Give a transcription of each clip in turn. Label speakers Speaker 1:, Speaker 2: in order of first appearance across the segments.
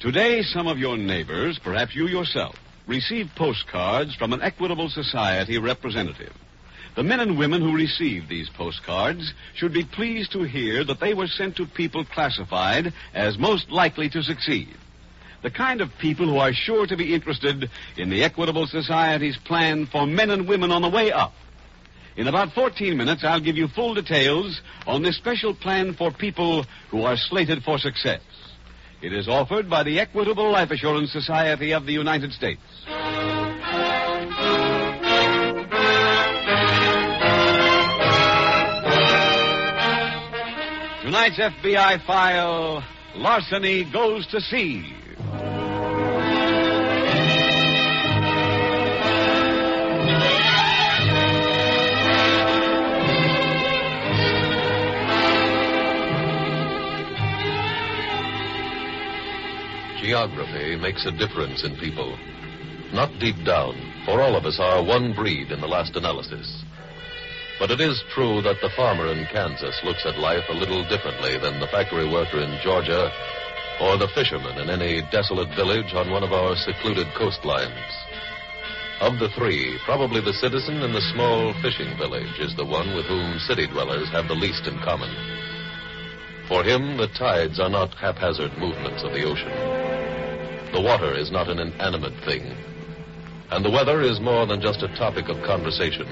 Speaker 1: Today, some of your neighbors, perhaps you yourself, receive postcards from an Equitable Society representative. The men and women who receive these postcards should be pleased to hear that they were sent to people classified as most likely to succeed. The kind of people who are sure to be interested in the Equitable Society's plan for men and women on the way up. In about 14 minutes, I'll give you full details on this special plan for people who are slated for success. It is offered by the Equitable Life Assurance Society of the United States. Tonight's FBI file Larceny Goes to Sea.
Speaker 2: Geography makes a difference in people. Not deep down, for all of us are one breed in the last analysis. But it is true that the farmer in Kansas looks at life a little differently than the factory worker in Georgia or the fisherman in any desolate village on one of our secluded coastlines. Of the three, probably the citizen in the small fishing village is the one with whom city dwellers have the least in common. For him, the tides are not haphazard movements of the ocean. The water is not an inanimate thing. And the weather is more than just a topic of conversation.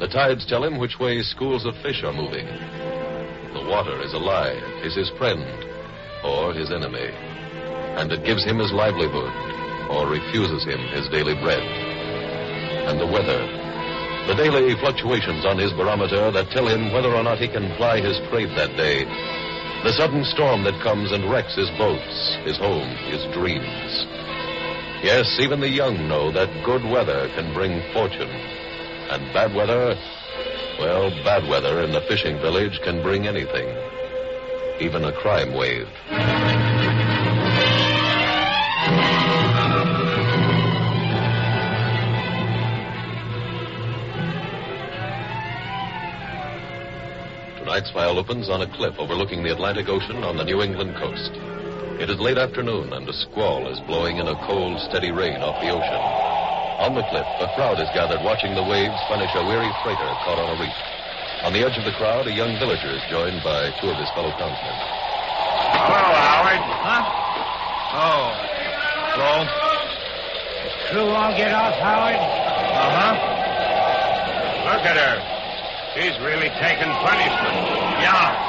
Speaker 2: The tides tell him which way schools of fish are moving. The water is alive, is his friend, or his enemy. And it gives him his livelihood, or refuses him his daily bread. And the weather, the daily fluctuations on his barometer that tell him whether or not he can ply his trade that day. The sudden storm that comes and wrecks his boats, his home, his dreams. Yes, even the young know that good weather can bring fortune. And bad weather, well, bad weather in the fishing village can bring anything, even a crime wave. Tonight's file opens on a cliff overlooking the Atlantic Ocean on the New England coast. It is late afternoon, and a squall is blowing in a cold, steady rain off the ocean. On the cliff, a crowd is gathered watching the waves punish a weary freighter caught on a reef. On the edge of the crowd, a young villager is joined by two of his fellow townsmen.
Speaker 3: Hello, Howard.
Speaker 4: Oh. So?
Speaker 3: Crew won't get off, Howard? Uh-huh. Look at her. She's really taking punishment. Yeah.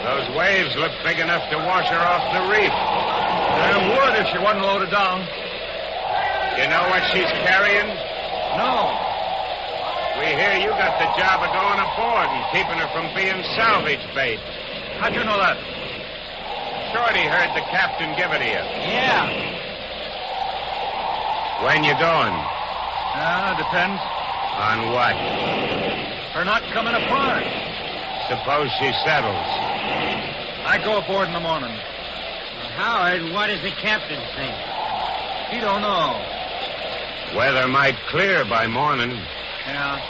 Speaker 3: Those waves look big enough to wash her off the reef. Damn would if she wasn't loaded down. You know what she's carrying? No. We hear you got the job of going aboard and keeping her from being salvage bait. How'd you know that? Shorty heard the captain give it to you.
Speaker 4: Yeah.
Speaker 3: When you going?
Speaker 4: Uh, depends.
Speaker 3: On what?
Speaker 4: Her not coming apart.
Speaker 3: Suppose she settles.
Speaker 4: I go aboard in the morning. Howard, what does the captain think? He don't know.
Speaker 3: Weather might clear by morning.
Speaker 4: Yeah.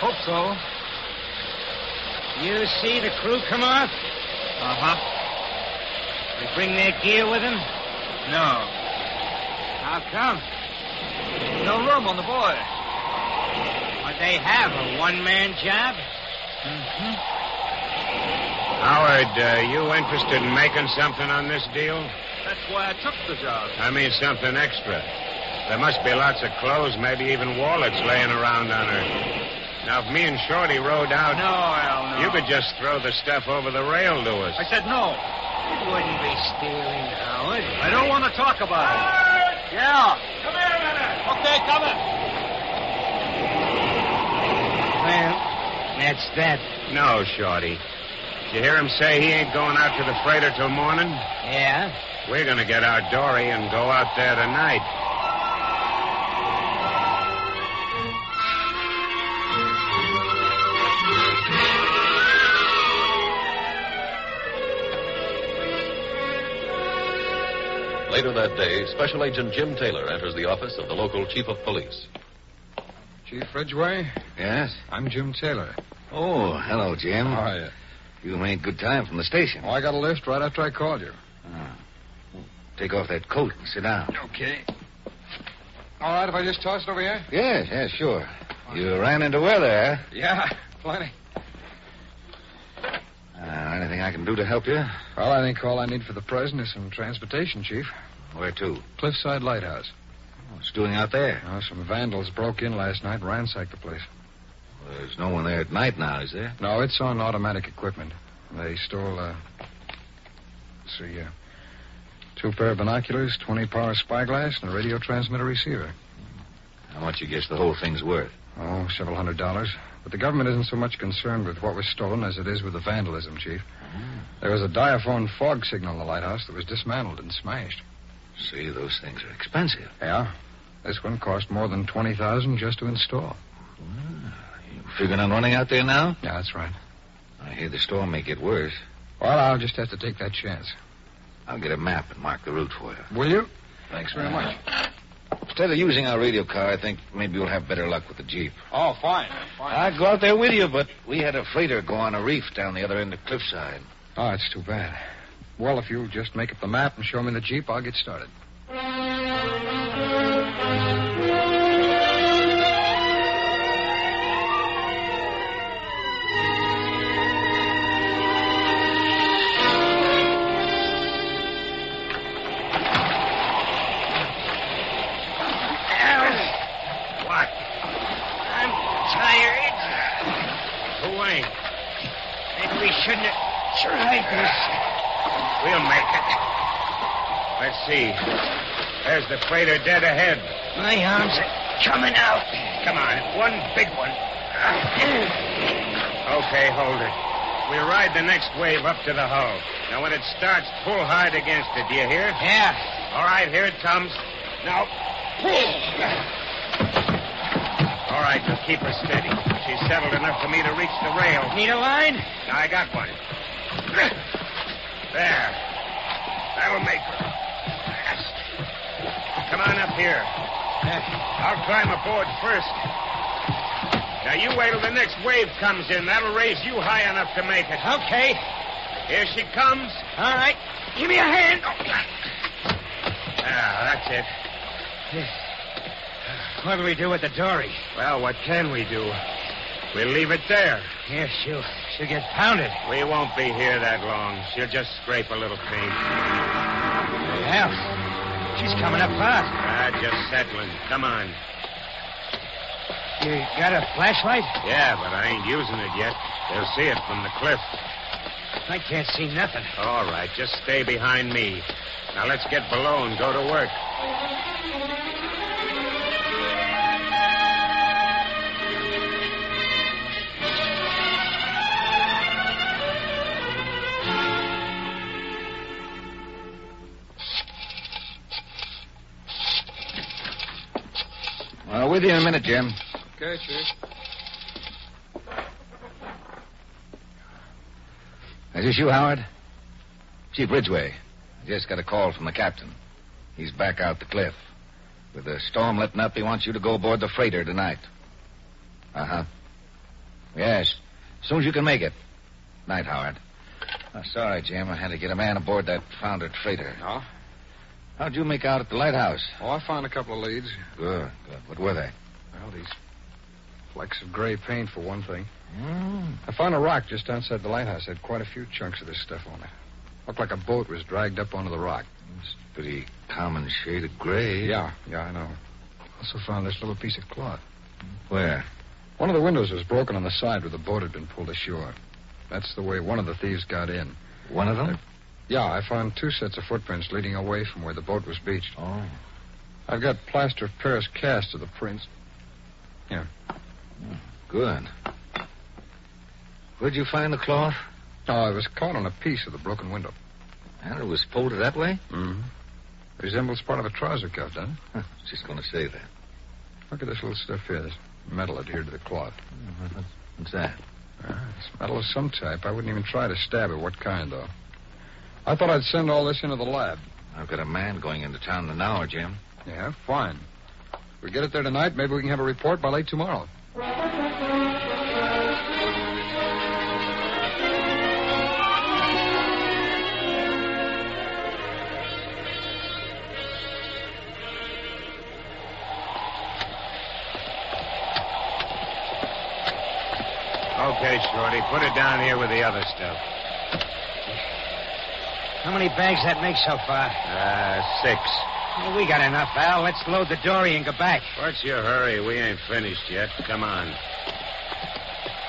Speaker 4: Hope so. You see the crew come off? Uh-huh. They bring their gear with them? No. How come? No room on the board. What they have, a one-man job?
Speaker 3: Howard, uh, you interested in making something on this deal?
Speaker 4: That's why I took the job.
Speaker 3: I mean, something extra. There must be lots of clothes, maybe even wallets laying around on her. Now, if me and Shorty rode out,
Speaker 4: No, Al, no.
Speaker 3: you could just throw the stuff over the rail to us.
Speaker 4: I said no. You wouldn't be stealing, Howard. I don't want to talk about it. Yeah. Come here a minute. Okay, coming. Well, that's that.
Speaker 3: No, Shorty. Did you hear him say he ain't going out to the freighter till morning?
Speaker 4: Yeah.
Speaker 3: We're going to get our dory and go out there tonight.
Speaker 2: Later that day, Special Agent Jim Taylor enters the office of the local chief of police.
Speaker 1: Chief Ridgway,
Speaker 5: Yes?
Speaker 1: I'm Jim Taylor.
Speaker 5: Oh, hello, Jim.
Speaker 1: How are you?
Speaker 5: You made good time from the station.
Speaker 1: Oh, I got a lift right after I called you.
Speaker 5: Take off that coat and sit down.
Speaker 1: Okay. All right, if I just toss it over here?
Speaker 5: Yes, yes, sure. You ran into weather, eh?
Speaker 1: Yeah, plenty.
Speaker 5: huh? Uh, anything I can do to help you?
Speaker 1: Well, I think all I need for the present is some transportation, Chief.
Speaker 5: Where to?
Speaker 1: Cliffside Lighthouse.
Speaker 5: What's doing out there?
Speaker 1: You know, some vandals broke in last night and ransacked the place.
Speaker 5: There's no one there at night now, is there?
Speaker 1: No, it's on automatic equipment. They stole, uh... let's see, uh... Two pair of binoculars, 20 power spyglass, and a radio transmitter receiver.
Speaker 5: How much you guess the whole thing's worth?
Speaker 1: Oh, several hundred dollars. But the government isn't so much concerned with what was stolen as it is with the vandalism, Chief. There was a diaphone fog signal in the lighthouse that was dismantled and smashed.
Speaker 5: See, those things are expensive.
Speaker 1: Yeah? This one cost more than 20000 just to install.
Speaker 5: Ah, You figuring on running out there now?
Speaker 1: Yeah, that's right.
Speaker 5: I hear the storm may get worse.
Speaker 1: Well, I'll just have to take that chance.
Speaker 5: I'll get a map and mark the route for you.
Speaker 1: Will you? Thanks very much.
Speaker 5: Instead of using our radio car, I think maybe we'll have better luck with the Jeep.
Speaker 1: Oh, fine.
Speaker 5: I'd go out there with you, but we had a freighter go on a reef down the other end of Cliffside.
Speaker 1: Oh, it's too bad. Well, if you'll just make up the map and show me the Jeep, I'll get started.
Speaker 3: What?
Speaker 4: I'm tired.
Speaker 3: Who ain't?
Speaker 4: Maybe we shouldn't have tried this.
Speaker 3: We'll make it. Let's see. There's the freighter dead ahead.
Speaker 4: My arms are coming out.
Speaker 3: Come on, one big one. Okay, hold it. We ride the next wave up to the hull. Now, when it starts, pull hard against it. Do you hear?
Speaker 4: Yeah.
Speaker 3: All right, here it comes. Now, pull. All right, now keep her steady. She's settled enough for me to reach the rail.
Speaker 4: Need a line?
Speaker 3: I got one. There. That'll make her. Come on up here. I'll climb aboard first. Now you wait till the next wave comes in. That'll raise you high enough to make it.
Speaker 4: Okay.
Speaker 3: Here she comes.
Speaker 4: All right.
Speaker 3: Give me a hand.
Speaker 4: Oh,
Speaker 3: Ah, that's it.
Speaker 4: What do we do with the dory?
Speaker 3: Well, what can we do? We'll leave it there.
Speaker 4: Yeah, she'll, she'll get pounded.
Speaker 3: We won't be here that long. She'll just scrape a little paint.
Speaker 4: Hell, she's coming up fast.
Speaker 3: Ah, just settling. Come on.
Speaker 4: You got a flashlight?
Speaker 3: Yeah, but I ain't using it yet. They'll see it from the cliff.
Speaker 4: I can't see nothing.
Speaker 3: All right, just stay behind me. Now let's get below and go to work.
Speaker 5: Uh, with you in a minute, Jim.
Speaker 1: Okay, Chief.
Speaker 5: Is this you, Howard? Chief Ridgway. I just got a call from the captain. He's back out the cliff. With the storm letting up, he wants you to go aboard the freighter tonight. Uh huh. Yes. As soon as you can make it. Night, Howard. Oh, sorry, Jim. I had to get a man aboard that foundered freighter.
Speaker 1: No?
Speaker 6: How'd you make out at the lighthouse?
Speaker 5: Oh, I found a couple of leads.
Speaker 6: Good, good. What were they?
Speaker 5: Well, these flecks of gray paint, for one thing.
Speaker 6: Mm.
Speaker 5: I found a rock just outside the lighthouse. Had quite a few chunks of this stuff on it. Looked like a boat was dragged up onto the rock.
Speaker 6: It's pretty common shade of gray.
Speaker 5: Yeah, yeah, I know. Also found this little piece of cloth.
Speaker 6: Where?
Speaker 5: One of the windows was broken on the side where the boat had been pulled ashore. That's the way one of the thieves got in.
Speaker 6: One of them?
Speaker 5: Yeah, I found two sets of footprints leading away from where the boat was beached.
Speaker 6: Oh.
Speaker 5: I've got plaster of Paris cast of the prints.
Speaker 6: Good. Where'd you find the cloth?
Speaker 5: Oh, it was caught on a piece of the broken window.
Speaker 6: And it was folded that way?
Speaker 5: Mm-hmm. Resembles part of a trouser cuff, doesn't it?
Speaker 6: Huh, Just going to say that.
Speaker 5: Look at this little stuff here. This metal adhered to the cloth.
Speaker 6: What's that?
Speaker 5: Ah, it's metal of some type. I wouldn't even try to stab it. What kind, though? I thought I'd send all this into the lab.
Speaker 6: I've got a man going into town in an hour, Jim.
Speaker 5: Yeah, fine. If we get it there tonight, maybe we can have a report by late tomorrow.
Speaker 3: Okay, Shorty, put it down here with the other stuff.
Speaker 4: How many bags that make so far?
Speaker 3: Uh, six.
Speaker 4: Hey, we got enough, Al. Let's load the dory and go back.
Speaker 3: What's your hurry? We ain't finished yet. Come on.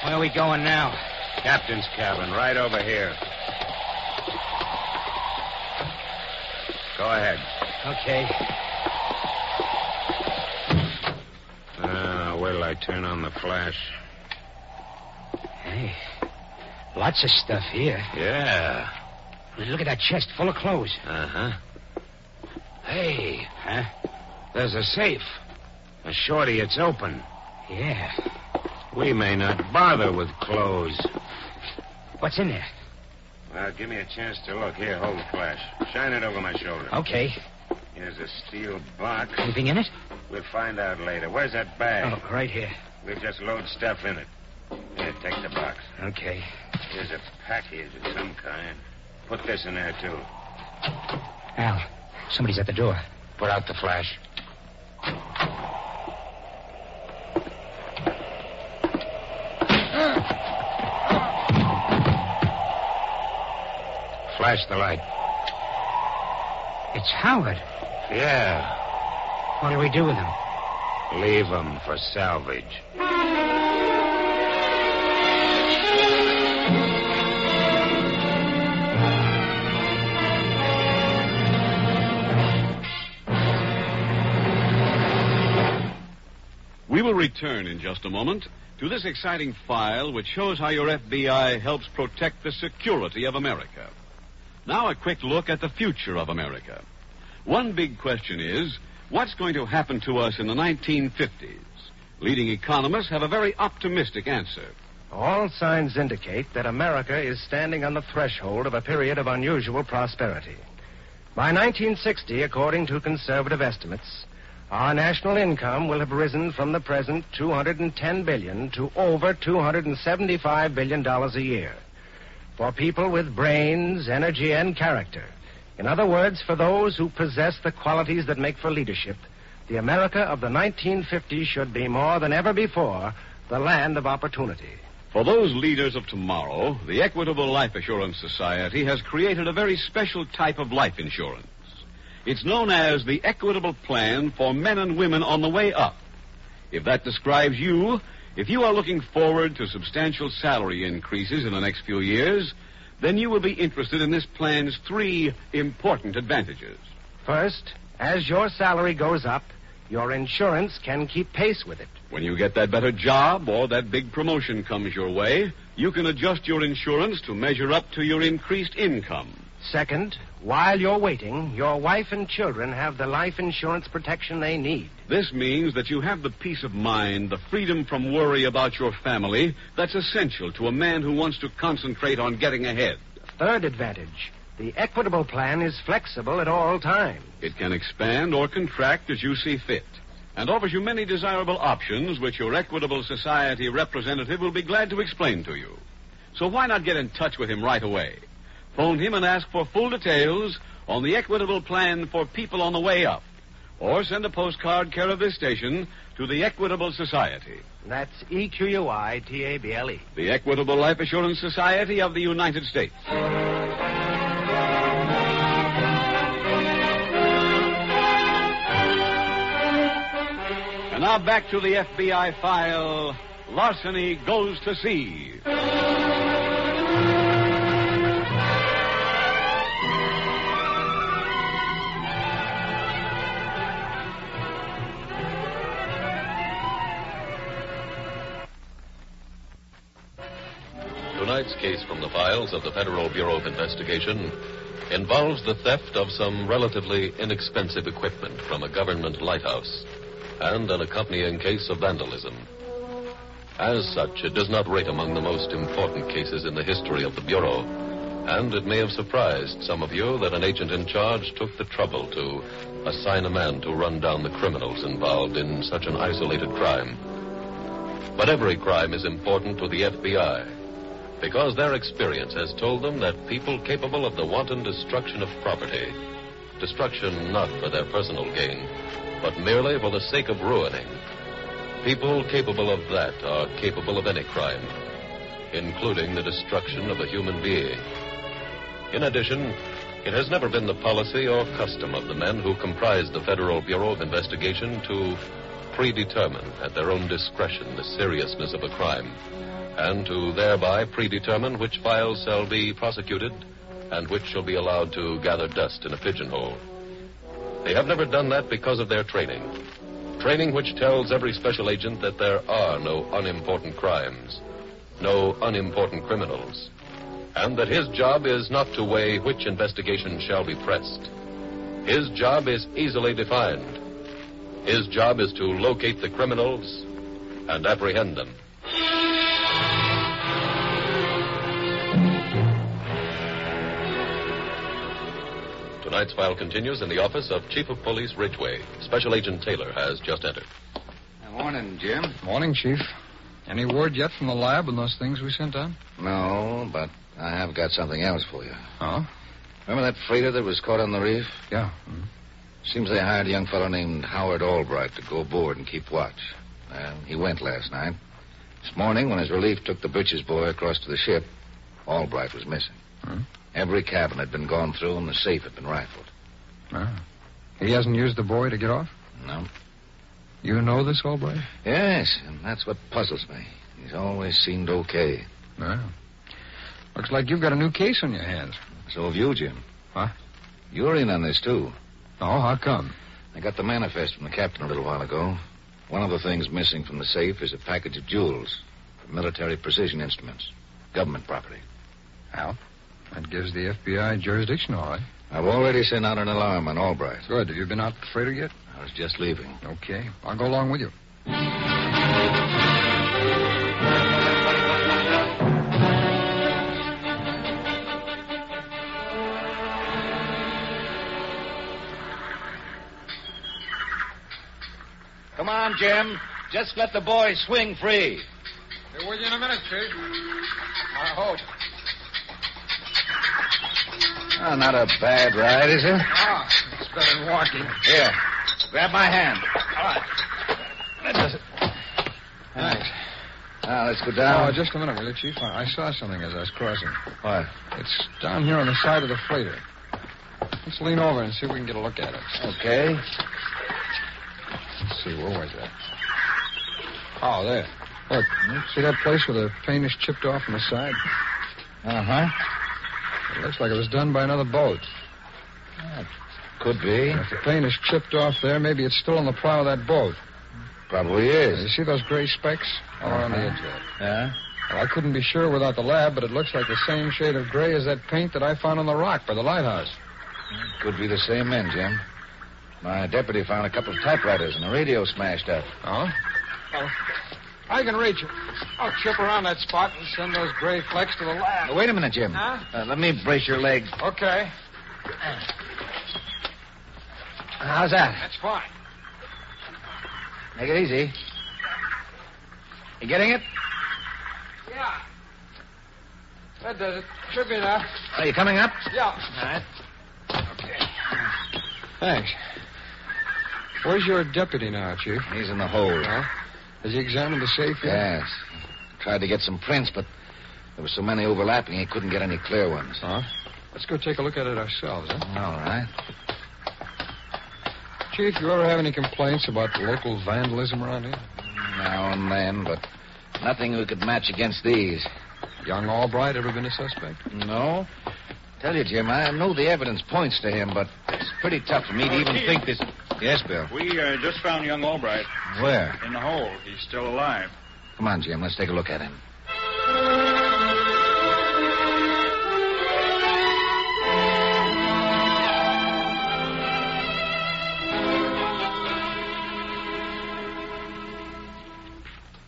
Speaker 4: Where are we going now?
Speaker 3: Captain's cabin, right over here. Go ahead.
Speaker 4: Okay.
Speaker 3: Uh, wait till I turn on the flash.
Speaker 4: Hey, lots of stuff here.
Speaker 3: Yeah.
Speaker 4: Look at that chest full of clothes.
Speaker 3: Uh huh. Hey.
Speaker 4: Huh?
Speaker 3: There's a safe. A shorty, it's open.
Speaker 4: Yeah.
Speaker 3: We may not bother with clothes.
Speaker 4: What's in there?
Speaker 3: Well, give me a chance to look. Here, hold the flash. Shine it over my shoulder.
Speaker 4: Okay.
Speaker 3: Here's a steel box.
Speaker 4: Anything in it?
Speaker 3: We'll find out later. Where's that bag?
Speaker 4: Oh, right here.
Speaker 3: We'll just load stuff in it. Here, take the box.
Speaker 4: Okay.
Speaker 3: Here's a package of some kind. Put this in there, too.
Speaker 4: Al, somebody's at the door.
Speaker 3: Put out the flash. Flash the light.
Speaker 4: It's Howard.
Speaker 3: Yeah.
Speaker 4: What do we do with him?
Speaker 3: Leave 'em for salvage.
Speaker 1: We will return in just a moment to this exciting file which shows how your FBI helps protect the security of America. Now, a quick look at the future of America. One big question is what's going to happen to us in the 1950s? Leading economists have a very optimistic answer.
Speaker 7: All signs indicate that America is standing on the threshold of a period of unusual prosperity. By 1960, according to conservative estimates, our national income will have risen from the present 210 billion to over 275 billion dollars a year. For people with brains, energy and character. In other words, for those who possess the qualities that make for leadership, the America of the 1950s should be more than ever before the land of opportunity.
Speaker 1: For those leaders of tomorrow, the Equitable Life Assurance Society has created a very special type of life insurance. It's known as the Equitable Plan for Men and Women on the Way Up. If that describes you, if you are looking forward to substantial salary increases in the next few years, then you will be interested in this plan's three important advantages.
Speaker 7: First, as your salary goes up, your insurance can keep pace with it.
Speaker 1: When you get that better job or that big promotion comes your way, you can adjust your insurance to measure up to your increased income.
Speaker 7: Second, while you're waiting, your wife and children have the life insurance protection they need.
Speaker 1: This means that you have the peace of mind, the freedom from worry about your family that's essential to a man who wants to concentrate on getting ahead.
Speaker 7: Third advantage, the equitable plan is flexible at all times.
Speaker 1: It can expand or contract as you see fit and offers you many desirable options which your Equitable Society representative will be glad to explain to you. So why not get in touch with him right away? Phone him and ask for full details on the Equitable Plan for People on the Way Up. Or send a postcard care of this station to the Equitable Society,
Speaker 7: That's E Q U I T A B L E.
Speaker 1: the Equitable Life Assurance Society of the United States. And now back to the FBI file Larceny Goes to Sea.
Speaker 2: Tonight's case from the files of the Federal Bureau of Investigation involves the theft of some relatively inexpensive equipment from a government lighthouse and an accompanying case of vandalism. As such, it does not rate among the most important cases in the history of the Bureau, and it may have surprised some of you that an agent in charge took the trouble to assign a man to run down the criminals involved in such an isolated crime. But every crime is important to the FBI because their experience has told them that people capable of the wanton destruction of property, destruction not for their personal gain, but merely for the sake of ruining, people capable of that are capable of any crime, including the destruction of a human being. In addition, it has never been the policy or custom of the men who comprise the Federal Bureau of Investigation to predetermine at their own discretion the seriousness of a crime and to thereby predetermine which files shall be prosecuted and which shall be allowed to gather dust in a pigeonhole. They have never done that because of their training. Training which tells every special agent that there are no unimportant crimes, no unimportant criminals, and that his job is not to weigh which investigation shall be pressed. His job is easily defined. His job is to locate the criminals and apprehend them. Tonight's file continues in the office of Chief of Police Ridgway. Special Agent Taylor has just entered.
Speaker 6: Morning, Jim.
Speaker 5: Morning, Chief. Any word yet from the lab on those things we sent down?
Speaker 6: No, but I have got something else for you.
Speaker 5: Huh?
Speaker 6: Remember that freighter that was caught on the reef?
Speaker 5: Yeah.
Speaker 6: Seems they hired a young fellow named Howard Albright to go aboard and keep watch. Well, he went last night. This morning, when his relief took the britches boy across to the ship, Albright was missing.
Speaker 5: Hmm?
Speaker 6: Every cabin had been gone through and the safe had been rifled.
Speaker 5: Ah. He hasn't used the boy to get off?
Speaker 6: No?
Speaker 5: You know this, Albright?
Speaker 6: Yes, and that's what puzzles me. He's always seemed okay.
Speaker 5: No. Looks like you've got a new case on your hands.
Speaker 6: So have you, Jim.
Speaker 5: Huh?
Speaker 6: You're in on this, too.
Speaker 5: Oh, how come?
Speaker 6: I got the manifest from the captain a little while ago. One of the things missing from the safe is a package of jewels, military precision instruments, government property.
Speaker 5: Al? That gives the FBI jurisdiction, all right.
Speaker 6: I've already sent out an alarm on Albright.
Speaker 5: Good. Have you been out the freighter yet?
Speaker 6: I was just leaving.
Speaker 5: Okay. I'll go along with you.
Speaker 6: Come on, Jim. Just let the boy swing free.
Speaker 5: Be with you in a minute, Chief. I hope.
Speaker 6: Oh, not a bad ride, is it?
Speaker 5: Ah, it's better than walking.
Speaker 6: Here, grab my hand.
Speaker 5: Thanks.
Speaker 6: Now, Ah, let's go
Speaker 5: Now,
Speaker 6: down.
Speaker 5: Oh, just a minute, will you, Chief? I, I saw something as I was crossing.
Speaker 6: What?
Speaker 5: It's down here on the side of the freighter. Let's lean over and see if we can get a look at it.
Speaker 6: Okay.
Speaker 5: Let's see, where was that? Oh, there. Look, see that place where the paint is chipped off on the side?
Speaker 6: Uh
Speaker 5: Uh-huh.
Speaker 6: huh.
Speaker 5: It looks like it was done by another boat.
Speaker 6: Could be.
Speaker 5: And if the paint is chipped off there, maybe it's still on the prow of that boat.
Speaker 6: Probably
Speaker 5: You
Speaker 6: is.
Speaker 5: see those gray specks all around the edge there?
Speaker 6: Yeah?
Speaker 5: Well, I couldn't be sure without the lab, but it looks like the same shade of gray as that paint that I found on the rock by the lighthouse.
Speaker 6: Could be the same men, Jim. My deputy found a couple of typewriters and a radio smashed up.
Speaker 5: Huh? I can reach it. I'll chip around that spot and send those gray flecks to the lab.
Speaker 6: Now, wait a minute, Jim.
Speaker 5: Huh?
Speaker 6: Uh, let me brace your leg.
Speaker 5: Okay,
Speaker 6: How's that?
Speaker 5: that's fine.
Speaker 6: Make it easy. You getting it?
Speaker 5: Yeah. That does it. Should be enough.
Speaker 6: Are you coming up?
Speaker 5: Yeah.
Speaker 6: All right.
Speaker 5: Okay. Thanks. Where's your deputy now, Chief?
Speaker 6: He's in the hole.
Speaker 5: Huh? Has he examined the safe yet?
Speaker 6: Yes. Tried to get some prints, but there were so many overlapping, he couldn't get any clear ones.
Speaker 5: Huh? Let's go take a look at it ourselves, huh?
Speaker 6: All right.
Speaker 5: Chief, you ever have any complaints about local vandalism around here?
Speaker 6: Now and then, but nothing we could match against these.
Speaker 5: Young Albright ever been a suspect?
Speaker 6: No. Tell you, Jim, I know the evidence points to him, but it's pretty tough for me to
Speaker 4: Oh,
Speaker 6: even
Speaker 4: Chief.
Speaker 6: think this. Yes, Bill.
Speaker 4: We uh, just found young Albright
Speaker 6: Where?
Speaker 4: in the hole. He's still alive.
Speaker 6: Come on, Jim. Let's take a look at him.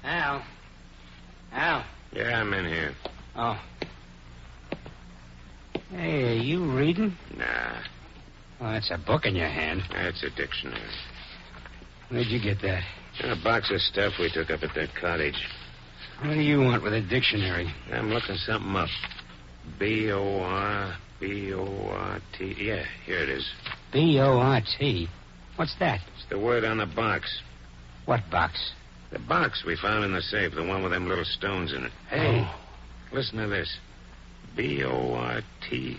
Speaker 4: Al. Al.
Speaker 3: Yeah, I'm in here.
Speaker 4: Oh. Hey, are you reading?
Speaker 3: Nah,
Speaker 4: Oh, that's a book in your hand.
Speaker 3: that's a dictionary.
Speaker 4: Where'd you get that?
Speaker 3: And a box of stuff we took up at that cottage.
Speaker 4: What do you want with a dictionary?
Speaker 3: I'm looking something up. B O R B O R T. Yeah, here it is.
Speaker 4: B O R T. What's that?
Speaker 3: It's the word on the box.
Speaker 4: What box?
Speaker 3: The box we found in the safe, the one with them little stones in it.
Speaker 4: Hey.
Speaker 3: Listen to this. B O R T.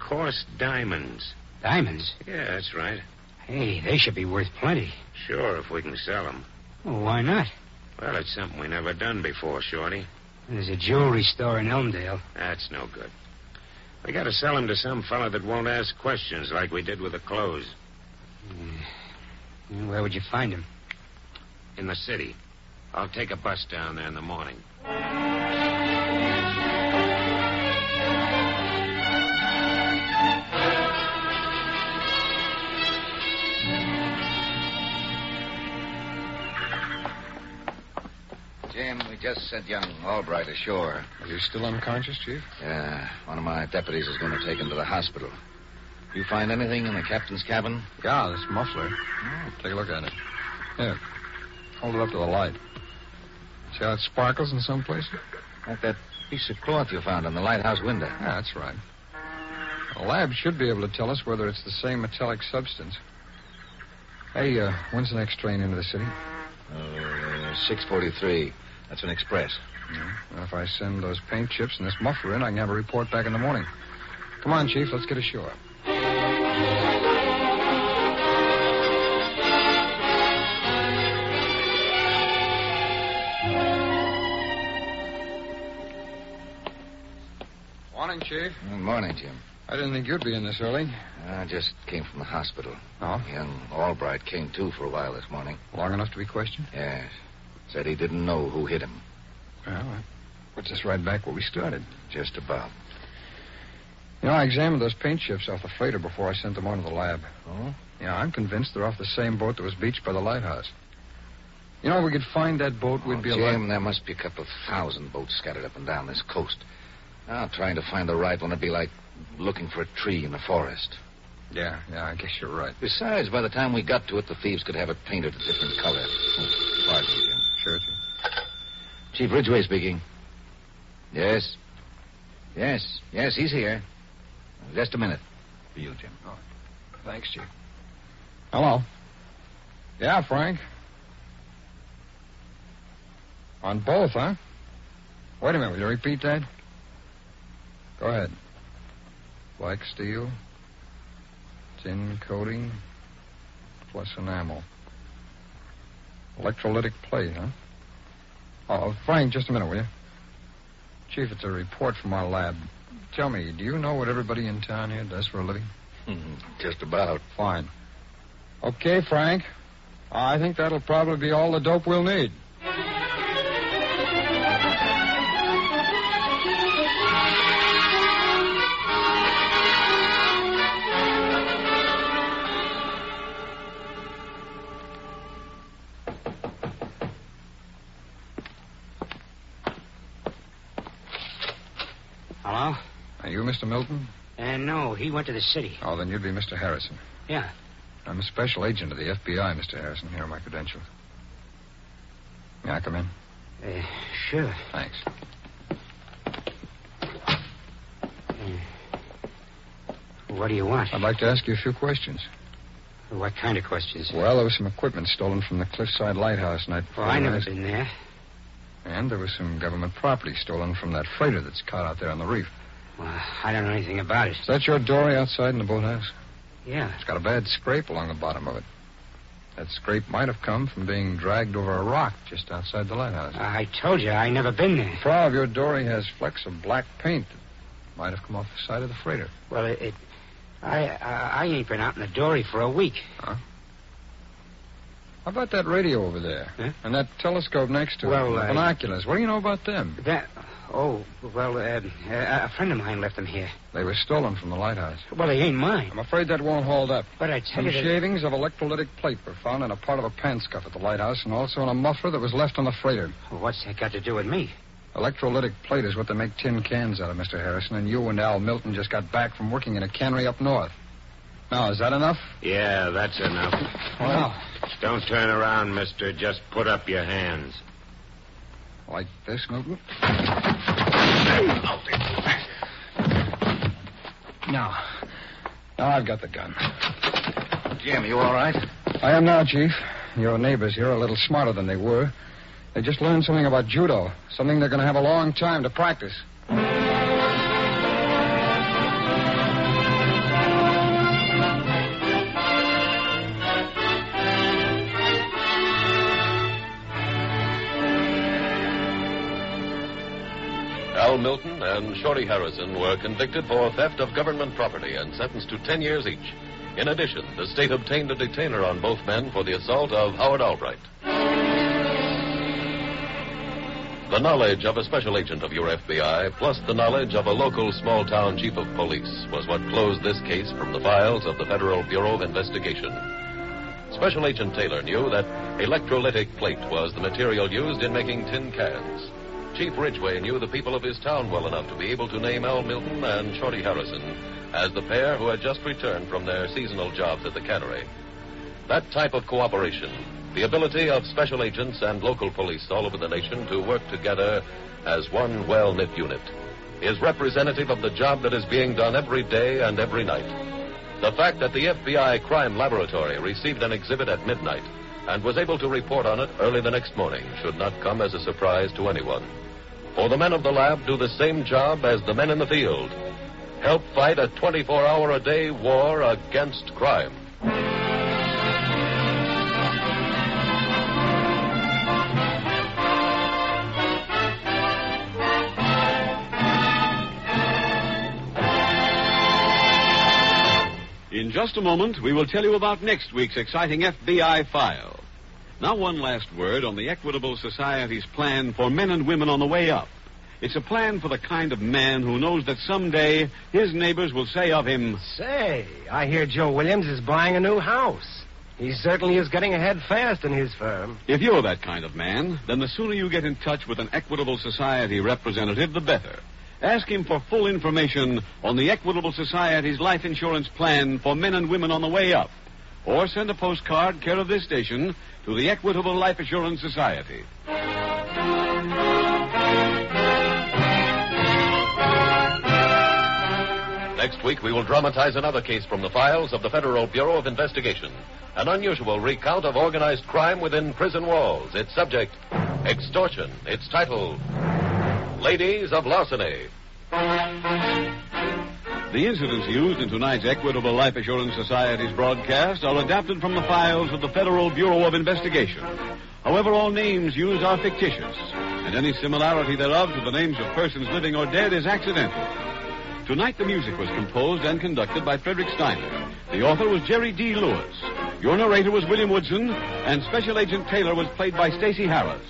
Speaker 3: Coarse diamonds.
Speaker 4: Diamonds.
Speaker 3: Yeah, that's right.
Speaker 4: Hey, they should be worth plenty.
Speaker 3: Sure, if we can sell them.
Speaker 4: Well, why not?
Speaker 3: Well, it's something we never done before, Shorty.
Speaker 4: There's a jewelry store in Elmdale.
Speaker 3: That's no good. We gotta sell them to some fella that won't ask questions like we did with the clothes
Speaker 4: And Where would you find him?
Speaker 3: in the city. I'll take a bus down there in the morning.
Speaker 6: Jim, we just sent young Albright ashore.
Speaker 5: Are you still unconscious, Chief?
Speaker 6: Yeah, one of my deputies is going to take him to the hospital. You find anything in the captain's cabin? Hmm.
Speaker 5: Yeah, this muffler. Take a look at it. Here. Hold it up to the light. See how it sparkles in some places?
Speaker 6: Like that piece of cloth you found on the lighthouse window.
Speaker 5: Yeah, that's right. The lab should be able to tell us whether it's the same metallic substance. Hey, uh, when's the next train into the city?
Speaker 1: Oh,
Speaker 6: Uh, 643. That's an express.
Speaker 5: Well, if I send those paint chips and this muffler in, I can have a report back in the morning. Come on, Chief, let's get ashore. Morning, Chief.
Speaker 6: Good morning, Jim.
Speaker 5: I didn't think you'd be in this early.
Speaker 6: I just came from the hospital.
Speaker 5: Oh?
Speaker 6: Young Albright came to for a while this morning.
Speaker 5: Long enough to be questioned?
Speaker 6: Yes. Said he didn't know who hit him.
Speaker 5: Well, that puts us right back where we started.
Speaker 6: Just about.
Speaker 5: You know, I examined those paint chips off the freighter before I sent them on to the lab.
Speaker 6: Oh?
Speaker 5: Yeah, I'm convinced they're off the same boat that was beached by the lighthouse. You know, if we could find that boat, we'd
Speaker 6: Oh,
Speaker 5: be
Speaker 6: Jim,
Speaker 5: alive.
Speaker 6: there must be a couple of thousand boats scattered up and down this coast. Now, trying to find the right one would be like looking for a tree in the forest.
Speaker 5: Yeah, yeah, I guess you're right.
Speaker 6: Besides, by the time we got to it, the thieves could have it painted a different color. Oh, pardon, Jim.
Speaker 5: Sure.
Speaker 6: Chief Ridgway speaking. Yes. Yes. Yes, he's here. Just a minute. For you, Jim.
Speaker 5: Thanks, Chief. Hello. Yeah, Frank. On both, huh? Wait a minute. Will you repeat that? Go ahead. Black steel, tin coating, plus enamel. Electrolytic plate, huh? Oh, Frank, just a minute, will you? Chief, it's a report from our lab. Tell me, do you know what everybody in town here does for a living?
Speaker 6: Just about.
Speaker 5: Fine. Okay, Frank. I think that'll probably be all the dope we'll need.
Speaker 4: Hello?
Speaker 5: Are you Mr. Milton?
Speaker 8: Uh,
Speaker 4: And no, he went to the city.
Speaker 5: Oh, then you'd be Mr. Harrison.
Speaker 4: Yeah.
Speaker 5: I'm a special agent of the FBI, Mr. Harrison. Here are my credentials. May I come in?
Speaker 4: Uh, sure.
Speaker 5: Thanks.
Speaker 4: What do you want?
Speaker 5: I'd like to ask you a few questions.
Speaker 8: What kind of questions?
Speaker 5: Well, there was some equipment stolen from the Cliffside Lighthouse night
Speaker 8: Oh, I never been there.
Speaker 5: And there was some government property stolen from that freighter that's caught out there on the reef.
Speaker 8: Well, I don't know anything about it.
Speaker 5: Is that your dory outside in the boathouse?
Speaker 8: Yeah.
Speaker 5: It's got a bad scrape along the bottom of it. That scrape might have come from being dragged over a rock just outside the lighthouse.
Speaker 8: I told you, I never been there.
Speaker 5: The prow of your dory has flecks of black paint that might have come off the side of the freighter.
Speaker 8: Well, it. it I, I I ain't been out in the dory for a week.
Speaker 5: How about that radio over there?
Speaker 8: Huh?
Speaker 5: And that telescope next to it?
Speaker 8: Well,
Speaker 5: and the
Speaker 8: I-
Speaker 5: binoculars. What do you know about them?
Speaker 8: That. Oh, well, uh, a a friend of mine left them here.
Speaker 5: They were stolen from the lighthouse.
Speaker 8: Well, they ain't mine.
Speaker 5: I'm afraid that won't hold up.
Speaker 8: But I tell
Speaker 5: Some
Speaker 8: you. They...
Speaker 5: shavings of electrolytic plate were found in a part of a pants cuff at the lighthouse and also in a muffler that was left on the freighter.
Speaker 8: What's that got to do with me?
Speaker 5: Electrolytic plate is what they make tin cans out of, Mr. Harrison, and you and Al Milton just got back from working in a cannery up north. Now, is that enough?
Speaker 3: Yeah, that's enough.
Speaker 5: Well,
Speaker 3: Don't turn around, mister. Just put up your hands.
Speaker 5: like this, Milton? Now, now I've got the gun.
Speaker 6: Jim, you all right?
Speaker 5: I am now, Chief. Your neighbors here are a little smarter than they were. They just learned something about judo, something they're going to have a long time to practice.
Speaker 2: Al Milton and Shorty Harrison were convicted for theft of government property and sentenced to 10 years each. In addition, the state obtained a detainer on both men for the assault of Howard Albright. The knowledge of a special agent of your FBI, plus the knowledge of a local small town chief of police, was what closed this case from the files of the Federal Bureau of Investigation. Special Agent Taylor knew that electrolytic plate was the material used in making tin cans. Chief Ridgway knew the people of his town well enough to be able to name Al Milton and Shorty Harrison as the pair who had just returned from their seasonal jobs at the cannery. That type of cooperation, the ability of special agents and local police all over the nation to work together as one well knit unit, is representative of the job that is being done every day and every night. The fact that the FBI crime laboratory received an exhibit at midnight and was able to report on it early the next morning should not come as a surprise to anyone. For the men of the lab do the same job as the men in the field. Help fight a 24 hour a day war against crime.
Speaker 1: In just a moment, we will tell you about next week's exciting FBI file. Now, one last word on the Equitable Society's plan for men and women on the way up. It's a plan for the kind of man who knows that someday his neighbors will say of him,
Speaker 7: Say, I hear Joe Williams is buying a new house. He certainly is getting ahead fast in his firm.
Speaker 1: If you're that kind of man, then the sooner you get in touch with an Equitable Society representative, the better. Ask him for full information on the Equitable Society's life insurance plan for men and women on the way up. Or send a postcard, care of this station, to the Equitable Life Assurance Society.
Speaker 2: Next week, we will dramatize another case from the files of the Federal Bureau of Investigation an unusual recount of organized crime within prison walls. Its subject, extortion. Its title, Ladies of Larceny.
Speaker 1: The incidents used in tonight's Equitable Life Assurance Society's broadcast are adapted from the files of the Federal Bureau of Investigation. However, all names used are fictitious, and any similarity thereof to the names of persons living or dead is accidental. Tonight, the music was composed and conducted by Frederick Steiner. The author was Jerry D. Lewis. Your narrator was William Woodson, and Special Agent Taylor was played by Stacey Harris.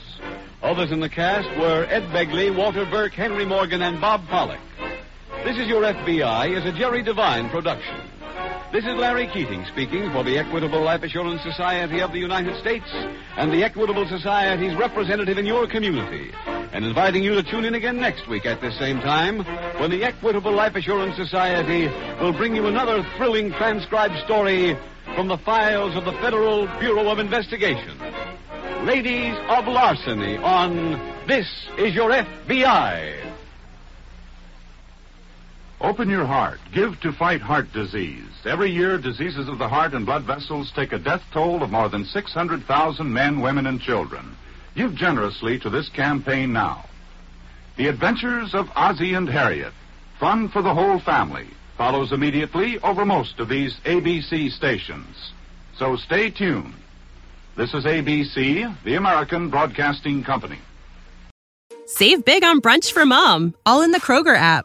Speaker 1: Others in the cast were Ed Begley, Walter Burke, Henry Morgan, and Bob Pollock. This is Your FBI is a Jerry Devine production. This is Larry Keating speaking for the Equitable Life Assurance Society of the United States and the Equitable Society's representative in your community, and inviting you to tune in again next week at this same time when the Equitable Life Assurance Society will bring you another thrilling transcribed story from the files of the Federal Bureau of Investigation. Ladies of Larceny on This is Your FBI. Open your heart. Give to fight heart disease. Every year, diseases of the heart and blood vessels take a death toll of more than 600,000 men, women, and children. Give generously to this campaign now. The Adventures of Ozzie and Harriet, fun for the whole family, follows immediately over most of these ABC stations. So stay tuned. This is ABC, the American Broadcasting Company.
Speaker 9: Save big on brunch for mom, all in the Kroger app.